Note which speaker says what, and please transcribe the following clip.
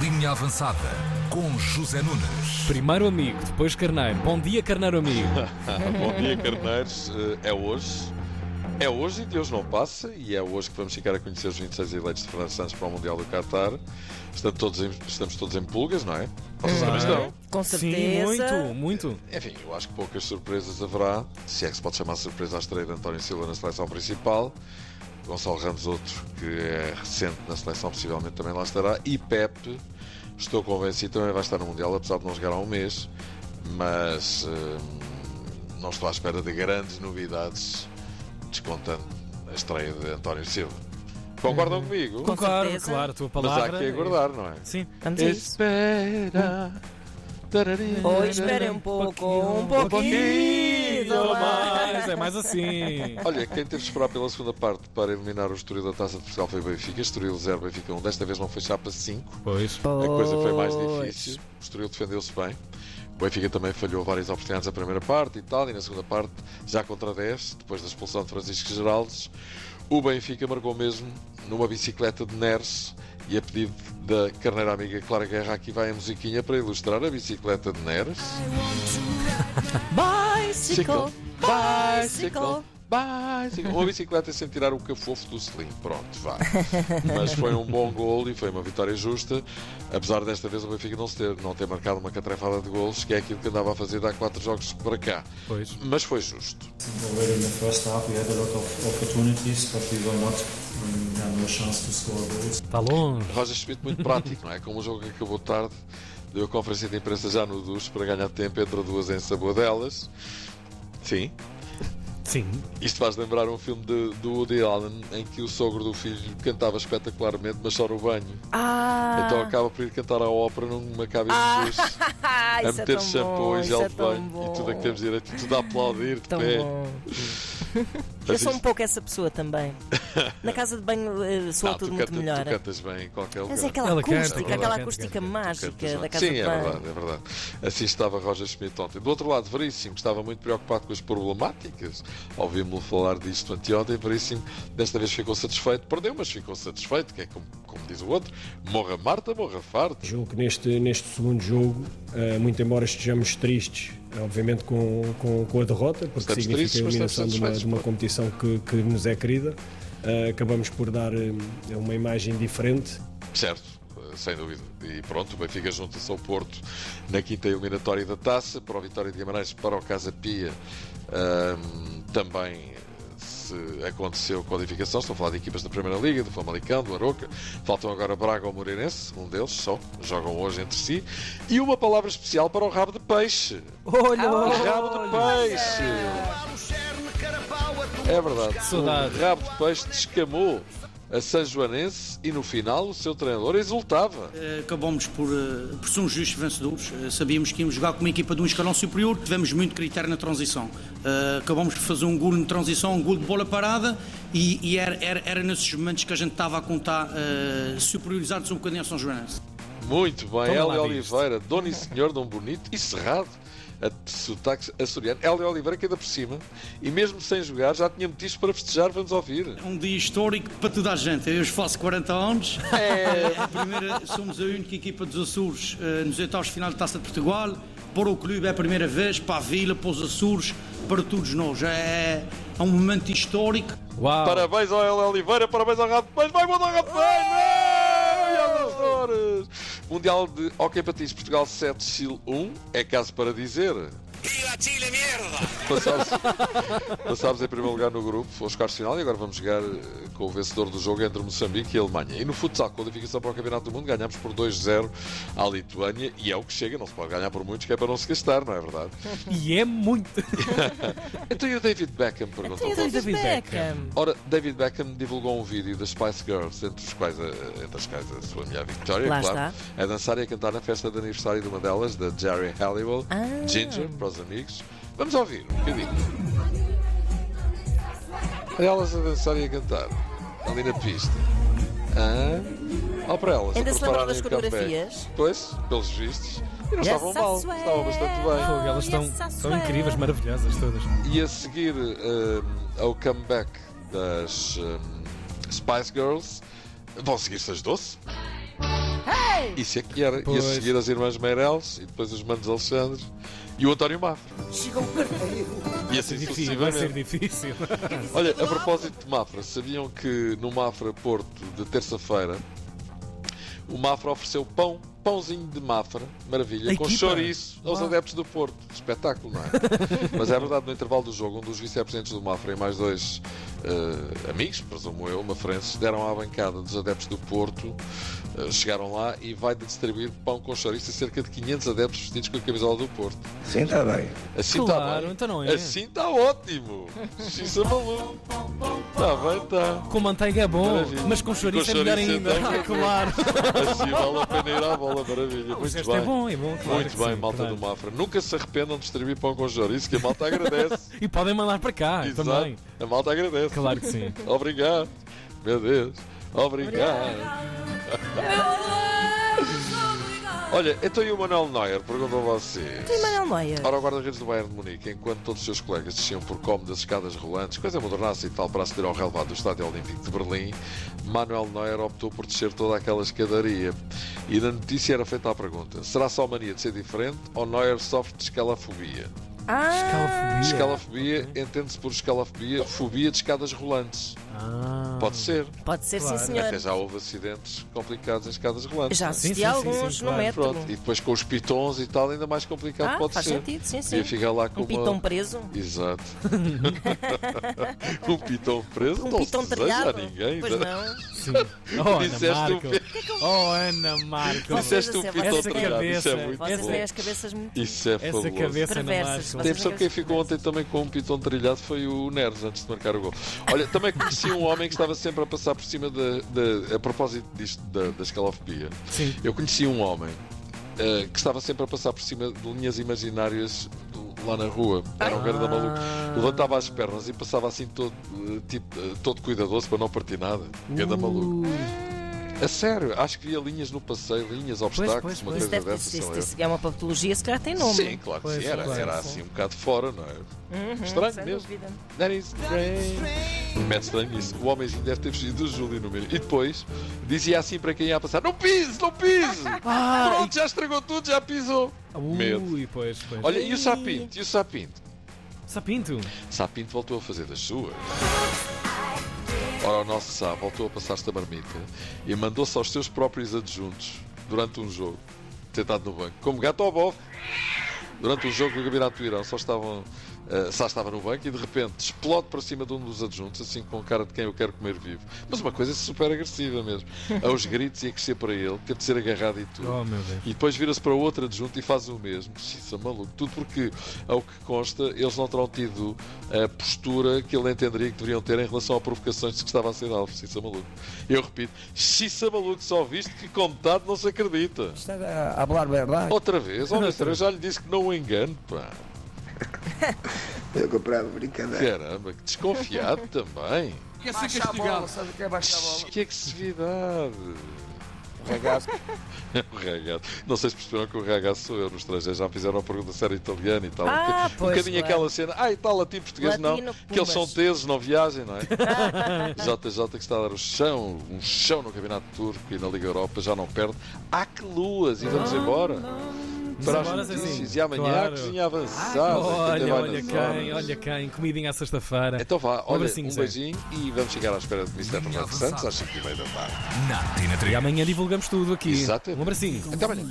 Speaker 1: Linha Avançada com José Nunes.
Speaker 2: Primeiro amigo, depois carneiro. Bom dia, carneiro amigo.
Speaker 3: Bom dia, carneiros. Eh, É hoje. É hoje e Deus não passa, e é hoje que vamos ficar a conhecer os 26 eleitos de Fernando Santos para o Mundial do Qatar. Estamos todos em, estamos todos em pulgas, não é? Vocês também estão.
Speaker 4: Com
Speaker 2: Sim,
Speaker 4: certeza.
Speaker 2: muito, muito.
Speaker 3: Enfim, eu acho que poucas surpresas haverá, se é que se pode chamar surpresa à estreia de António Silva na seleção principal. Gonçalo Ramos, outro que é recente na seleção, possivelmente também lá estará. E Pepe, estou convencido, também vai estar no Mundial, apesar de não jogar há um mês. Mas hum, não estou à espera de grandes novidades, descontando a estreia de António Silva. Concordam comigo?
Speaker 4: Com
Speaker 2: claro,
Speaker 4: certeza.
Speaker 2: claro, a tua
Speaker 3: Mas há
Speaker 2: palavra.
Speaker 3: que aguardar, não é?
Speaker 2: Sim.
Speaker 4: Vamos a isso.
Speaker 3: Espera. é,
Speaker 4: Ou esperem
Speaker 2: né,
Speaker 4: um pouco, um pouquinho mais.
Speaker 2: mais, é mais assim.
Speaker 3: Olha, quem teve de esperar pela segunda parte para eliminar o Estoril da Taça de Portugal foi o Benfica. Estoril 0, Benfica 1. Desta vez não foi chapa 5.
Speaker 2: Pois.
Speaker 3: A coisa foi mais difícil. O Estoril defendeu-se bem. O Benfica também falhou várias oportunidades na primeira parte e tal. E na segunda parte, já contra 10, depois da expulsão de Francisco Geraldes, o Benfica marcou mesmo numa bicicleta de Neres. E a pedido da carneira amiga Clara Guerra, aqui vai a musiquinha para ilustrar a bicicleta de Neres.
Speaker 4: Bicycle.
Speaker 3: Bicycle. Bicycle. Uma bicicleta sem tirar o cafofo do selim. Pronto, vá. Mas foi um bom gol e foi uma vitória justa. Apesar desta vez o Benfica não, se ter, não ter marcado uma catrefada de golos, que é aquilo que andava a fazer há quatro jogos para cá.
Speaker 2: Pois.
Speaker 3: Mas foi justo.
Speaker 5: Already in the first half, we had a lot of opportunities, but we were not um, had no chance to score goals.
Speaker 2: Está tá longe.
Speaker 3: Roger Schmidt muito prático, não é? Como o jogo acabou tarde, deu a conferência de imprensa já no duche para ganhar tempo entre duas em delas. Sim,
Speaker 2: Sim.
Speaker 3: Isto faz lembrar um filme de- do Woody Allen em que o sogro do filho cantava espetacularmente, mas só no banho.
Speaker 4: Ah,
Speaker 3: Então acaba por ir cantar à ópera numa cabine de luz,
Speaker 4: ah,
Speaker 3: a
Speaker 4: isso é
Speaker 3: meter
Speaker 4: tão
Speaker 3: shampoo
Speaker 4: bom,
Speaker 3: e
Speaker 4: isso
Speaker 3: gel
Speaker 4: é
Speaker 3: de
Speaker 4: tão
Speaker 3: banho
Speaker 4: bom.
Speaker 3: e tudo a que temos direito, tudo a aplaudir de
Speaker 4: Tão
Speaker 3: pé.
Speaker 4: bom. Eu
Speaker 3: Mas
Speaker 4: sou um
Speaker 3: isto-
Speaker 4: pouco essa pessoa também. Na casa de banho eh, soa
Speaker 3: Não, tu,
Speaker 4: tudo muito
Speaker 3: canta-
Speaker 4: melhor.
Speaker 3: tu cantas bem em qualquer lugar.
Speaker 4: Mas é aquela
Speaker 2: Ela canta,
Speaker 4: acústica,
Speaker 2: ela
Speaker 4: aquela
Speaker 2: canta,
Speaker 4: acústica
Speaker 2: canta, canta. Então,
Speaker 4: mágica
Speaker 3: Cantas
Speaker 4: da
Speaker 3: bem.
Speaker 4: casa
Speaker 3: Sim,
Speaker 4: de
Speaker 3: é
Speaker 4: banho.
Speaker 3: verdade, é verdade. Assim estava Roger Schmidt ontem. Do outro lado, Veríssimo, que estava muito preocupado com as problemáticas. Ouvimos-lo falar disto anteontem. Veríssimo, desta vez ficou satisfeito. Perdeu, mas ficou satisfeito, que é como, como diz o outro: morra Marta, morra farta.
Speaker 6: Julgo que neste, neste segundo jogo, eh, muito embora estejamos tristes, eh, obviamente, com, com, com a derrota, porque
Speaker 3: Estamos
Speaker 6: significa
Speaker 3: tristes,
Speaker 6: a
Speaker 3: mas estamos
Speaker 6: eliminação de uma,
Speaker 3: satisfeitos,
Speaker 6: de uma
Speaker 3: pô.
Speaker 6: competição que, que nos é querida, eh, acabamos por dar eh, uma imagem diferente.
Speaker 3: Certo, eh, sem dúvida. E pronto, o Benfica junta-se ao Porto na quinta eliminatória da taça, para o Vitória de Guimarães, para o Casa Pia. ahm, também se aconteceu codificação, estou a falar de equipas da Primeira Liga, do Famalicão, do Aroca. Faltam agora Braga ou Moreirense, um deles só, jogam hoje entre si. E uma palavra especial para o rabo de peixe.
Speaker 2: Olha,
Speaker 3: Rabo de peixe! É verdade.
Speaker 2: Saudade.
Speaker 3: O rabo de peixe descamou a São Joanense e no final o seu treinador exultava.
Speaker 7: Eh, Acabámos por, eh, por sermos justos vencedores. Eh, Sabíamos que íamos jogar com uma equipa de um escalão superior. Tivemos muito critério na transição. Eh, Acabámos por fazer um golo de transição, um golo de bola parada. E, e era, era, era nesses momentos que a gente estava a contar eh, superiorizados um bocadinho a São Joanense.
Speaker 3: Muito bem,
Speaker 2: Toma lá
Speaker 3: Hélio
Speaker 2: disto.
Speaker 3: Oliveira, dono e senhor de um bonito e cerrado a sotaque açoriano. Hélio Oliveira que ainda por cima e mesmo sem jogar já tinha motivos para festejar, vamos ouvir.
Speaker 7: Um dia histórico para toda a gente. Eu os faço 40 anos. Eh, a primeira, somos a única equipa dos Açores eh, nos oitavos de final da Taça de Portugal. Para o clube é a primeira vez, para a vila, para os Açores, para todos nós. É, é um momento histórico.
Speaker 2: Uau.
Speaker 3: Parabéns ao Hélio Oliveira, parabéns ao Rato Peixe, vai mudar o Rato Peixe! Vai aos Açores! Mundial de Hockey Patins Portugal 7, Chile 1, é caso para dizer. Viva Chile, merda! Passámos, passámos em primeiro lugar no grupo, aos quartos de final, e agora vamos jogar eh, com o vencedor do jogo entre Moçambique e Alemanha. E no futsal, qualificação para o Campeonato do Mundo, ganhámos por 2-0 à Lituânia, e é o que chega, não se pode ganhar por muitos, que é para não se gastar, não é verdade?
Speaker 2: E é muito.
Speaker 3: Então e o David Beckham perguntou
Speaker 4: Tem Então, o
Speaker 2: David
Speaker 4: David
Speaker 2: Beckham.
Speaker 4: Beckham.
Speaker 3: Ora, David Beckham divulgou um vídeo das Spice Girls, entre, os quais a, entre as quais a sua mulher Victoria,
Speaker 4: Lá
Speaker 3: claro, a dançar e a cantar na festa de aniversário de uma delas, da Jerry Halliwell,
Speaker 4: Ah.
Speaker 3: Ginger, para os amigos. Vamos ouvir um bocadinho. Elas a dançar e a cantar, ali na pista. Ah, ó para elas. a
Speaker 4: Ainda se
Speaker 3: prepararem
Speaker 4: lembrava das
Speaker 3: o comeback.
Speaker 4: coreografias?
Speaker 3: Pois, pelos vistos. E não
Speaker 4: Yes,
Speaker 3: estavam
Speaker 4: I
Speaker 3: mal,
Speaker 4: swear.
Speaker 3: estavam bastante bem.
Speaker 2: Fogo, Elas estão
Speaker 4: Yes, I
Speaker 2: tão
Speaker 4: swear.
Speaker 2: incríveis, maravilhosas todas.
Speaker 3: E a seguir eh, ao comeback das eh, Spice Girls, vão seguir-se as doce. Isso é que era.
Speaker 2: Pois.
Speaker 3: E a seguir as irmãs Meireles, e depois os manos Alexandres e o António Mafra. E assim
Speaker 2: Difícil, vai ser
Speaker 3: sucessivamente.
Speaker 2: difícil.
Speaker 3: Olha, a propósito de Mafra, sabiam que no Mafra Porto de terça-feira o Mafra ofereceu pão, pãozinho de Mafra, maravilha,
Speaker 2: A
Speaker 3: com
Speaker 2: equipa?
Speaker 3: chouriço aos
Speaker 2: Uau.
Speaker 3: adeptos do Porto. Espetáculo, não é? Mas é verdade, no intervalo do jogo, um dos vice-presidentes do Mafra e mais dois eh, amigos, presumo eu, mafrenses, deram à bancada dos adeptos do Porto, eh, chegaram lá e vai distribuir pão com chouriço a cerca de 500 adeptos vestidos com a camisola do Porto.
Speaker 8: Sim, está bem.
Speaker 3: Assim está
Speaker 2: Claro,
Speaker 3: bem.
Speaker 2: então não é.
Speaker 3: Assim está ótimo. Isso é maluco. Tá, Está bem, está.
Speaker 2: Com manteiga é bom,
Speaker 3: Maravilha.
Speaker 2: mas com chouriço
Speaker 3: Com
Speaker 2: é melhor
Speaker 3: chouriço
Speaker 2: ainda.
Speaker 3: então.
Speaker 2: Ah, claro.
Speaker 3: Assim vale a pena ir à bola, maravilha.
Speaker 2: Mas
Speaker 3: Muito
Speaker 2: este é
Speaker 3: bem.
Speaker 2: bom, é bom. Claro
Speaker 3: Muito
Speaker 2: que
Speaker 3: bem,
Speaker 2: sim,
Speaker 3: malta
Speaker 2: claro.
Speaker 3: do Mafra. Nunca se arrependam de distribuir pão com chouriço, que a malta agradece.
Speaker 2: E podem mandar para cá
Speaker 3: Exato.
Speaker 2: Ah, também.
Speaker 3: A malta agradece.
Speaker 2: Claro que sim.
Speaker 3: Obrigado. Meu Deus. Obrigado. Olha, então e o Manuel Neuer? Pergunto a vocês.
Speaker 4: E Manuel Neuer?
Speaker 3: Ora, o guarda-redes do Bayern de Munique, enquanto todos os seus colegas desciam por como das escadas rolantes, coisa modernaça e tal, para aceder ao relevado do Estádio Olímpico de Berlim, Manuel Neuer optou por descer toda aquela escadaria. E na notícia era feita a pergunta: será só mania de ser diferente ou Neuer sofre de escalafobia?
Speaker 4: Ah,
Speaker 3: Escalafobia entende-se por escalafobia, fobia de escadas rolantes.
Speaker 2: Ah.
Speaker 3: Pode ser.
Speaker 4: pode ser, sim,
Speaker 3: Até
Speaker 4: senhor.
Speaker 3: já houve acidentes complicados em escadas rolantes.
Speaker 4: Já
Speaker 3: não é?
Speaker 2: Sim,
Speaker 4: assisti
Speaker 2: sim,
Speaker 4: a
Speaker 2: sim,
Speaker 4: alguns
Speaker 2: sim,
Speaker 4: no
Speaker 2: claro.
Speaker 4: metro.
Speaker 3: Pronto, e depois com os pitons e tal, ainda mais complicado
Speaker 4: Ah,
Speaker 3: pode
Speaker 4: faz
Speaker 3: ser.
Speaker 4: sentido, sim, sim.
Speaker 3: Podia ficar lá com
Speaker 4: Um
Speaker 3: uma-
Speaker 4: pitão preso.
Speaker 3: Exato. um pitão preso?
Speaker 4: Um
Speaker 3: não
Speaker 4: pitão
Speaker 3: se deseja a
Speaker 4: trilhado.
Speaker 3: ninguém. né?
Speaker 4: Pois não.
Speaker 2: Sim. Oh, Ana
Speaker 3: Disseste um
Speaker 2: Marco. Oh, Ana Marco.
Speaker 4: Vocês
Speaker 3: Disseste um
Speaker 4: essa
Speaker 3: pitão
Speaker 2: essa
Speaker 3: trilhado. Isso é
Speaker 2: cabeça,
Speaker 3: muito
Speaker 4: Vocês
Speaker 3: bom.
Speaker 4: têm as cabeças muito.
Speaker 3: Isso é
Speaker 2: Essa
Speaker 3: fabuloso.
Speaker 2: cabeça, é Ana
Speaker 4: Perversas,
Speaker 2: Marco.
Speaker 4: vocês-
Speaker 3: Tem a impressão que quem ficou ontem também com um pitão trilhado foi o Neres, antes de marcar o gol. Olha, também conheci um homem que estava sempre a passar por cima da. da- a propósito disto, da, da escalofobia.
Speaker 2: Sim.
Speaker 3: Eu conheci um homem eh, que estava sempre a passar por cima de linhas imaginárias do- lá na rua. Era um grande maluco. Levantava as pernas e passava assim todo, eh, tipo, eh, todo cuidadoso para não partir nada. Grande maluco. A sério, acho que via linhas no passeio, linhas, obstáculos,
Speaker 2: pois,
Speaker 3: uma coisa
Speaker 4: Isso deve ter
Speaker 3: dessas.
Speaker 4: isso,
Speaker 3: são eu.
Speaker 4: isso é uma patologia, se calhar tem nome.
Speaker 3: Sim, claro que
Speaker 2: Pois,
Speaker 3: sim. Era,
Speaker 2: claro,
Speaker 3: era
Speaker 2: sim.
Speaker 3: assim um bocado fora, não é?
Speaker 4: Uhum,
Speaker 3: Estranho
Speaker 4: sem
Speaker 3: mesmo.
Speaker 4: dúvida.
Speaker 3: That is strange. Mete estranho isso. O homenzinho deve ter fugido do Júlio no meio. E depois dizia assim para quem ia passar: Não pise, não pise!
Speaker 2: Ah,
Speaker 3: Pronto, já estragou tudo, já pisou.
Speaker 2: ui, pois, pois.
Speaker 3: Olha, e o Sapinto? E o Sapinto?
Speaker 2: Sapinto.
Speaker 3: Sapinto voltou a fazer das suas. Ora, o nosso Sá voltou a passar-se da marmita e mandou-se aos seus próprios adjuntos durante um jogo, tentado no banco, como gato ao bofe. Durante o jogo do Gabinato do Irão, só estavam, eh, Sá estava no banco e de repente explode para cima de um dos adjuntos, assim com cara de quem eu quero comer vivo. Mas uma coisa super agressiva mesmo. Aos gritos e a crescer para ele, teve de ser agarrado e tudo.
Speaker 2: Oh, meu Deus.
Speaker 3: E depois vira-se para outra adjunta e faz o mesmo. Isso é maluco. Tudo porque, ao que consta, eles não terão tido a postura que ele entenderia que deveriam ter em relação a provocações de que estava a ser alvo. Isso é maluco. Eu repito, xissa maluco, só viste que com metade não se acredita.
Speaker 8: Está é, a falar verdade.
Speaker 3: Outra vez, ó, mister, eu já lhe disse que não o engano, pá.
Speaker 8: Eu comprava brincadeira.
Speaker 3: Caramba, que desconfiado também.
Speaker 8: Quer ser castigado? Sabe o que é baixar a bola?
Speaker 3: Que agressividade.
Speaker 4: Um
Speaker 8: Ragazzo.
Speaker 3: O Ragazzo. Um Não sei se perceberam que o Ragazzo sou eu no estrangeiro. Já me fizeram a pergunta séria italiana e tal.
Speaker 4: Ah,
Speaker 3: um
Speaker 4: pois,
Speaker 3: bocadinho
Speaker 4: claro.
Speaker 3: aquela cena. Ah, e tal, latino português não.
Speaker 4: Latino,
Speaker 3: Que eles são
Speaker 4: pumas.
Speaker 3: tesos, não viagem, não é? JJ que está a dar o chão, um chão no Campeonato Turco e na Liga Europa, já não perde. Há que luas e vamos embora. Para as
Speaker 2: Vamos embora,
Speaker 3: notícias.
Speaker 2: Zezinho.
Speaker 3: E amanhã é a
Speaker 2: Claro.
Speaker 3: cozinha avançada. que
Speaker 2: Olha,
Speaker 3: ainda Ah, então vai
Speaker 2: olha
Speaker 3: nas
Speaker 2: quem,
Speaker 3: horas.
Speaker 2: olha quem. Comidinha à sexta-feira.
Speaker 3: Então vá, olha,
Speaker 2: abracinho,
Speaker 3: um
Speaker 2: assim, Zé.
Speaker 3: beijinho e vamos chegar à espera de Mr. Fernando
Speaker 1: avançada.
Speaker 3: Santos às 5h30 da tarde.
Speaker 1: Na Tina
Speaker 2: E
Speaker 1: 3.
Speaker 2: amanhã Um divulgamos tudo aqui.
Speaker 3: Exatamente.
Speaker 2: Um abracinho.
Speaker 3: Até amanhã.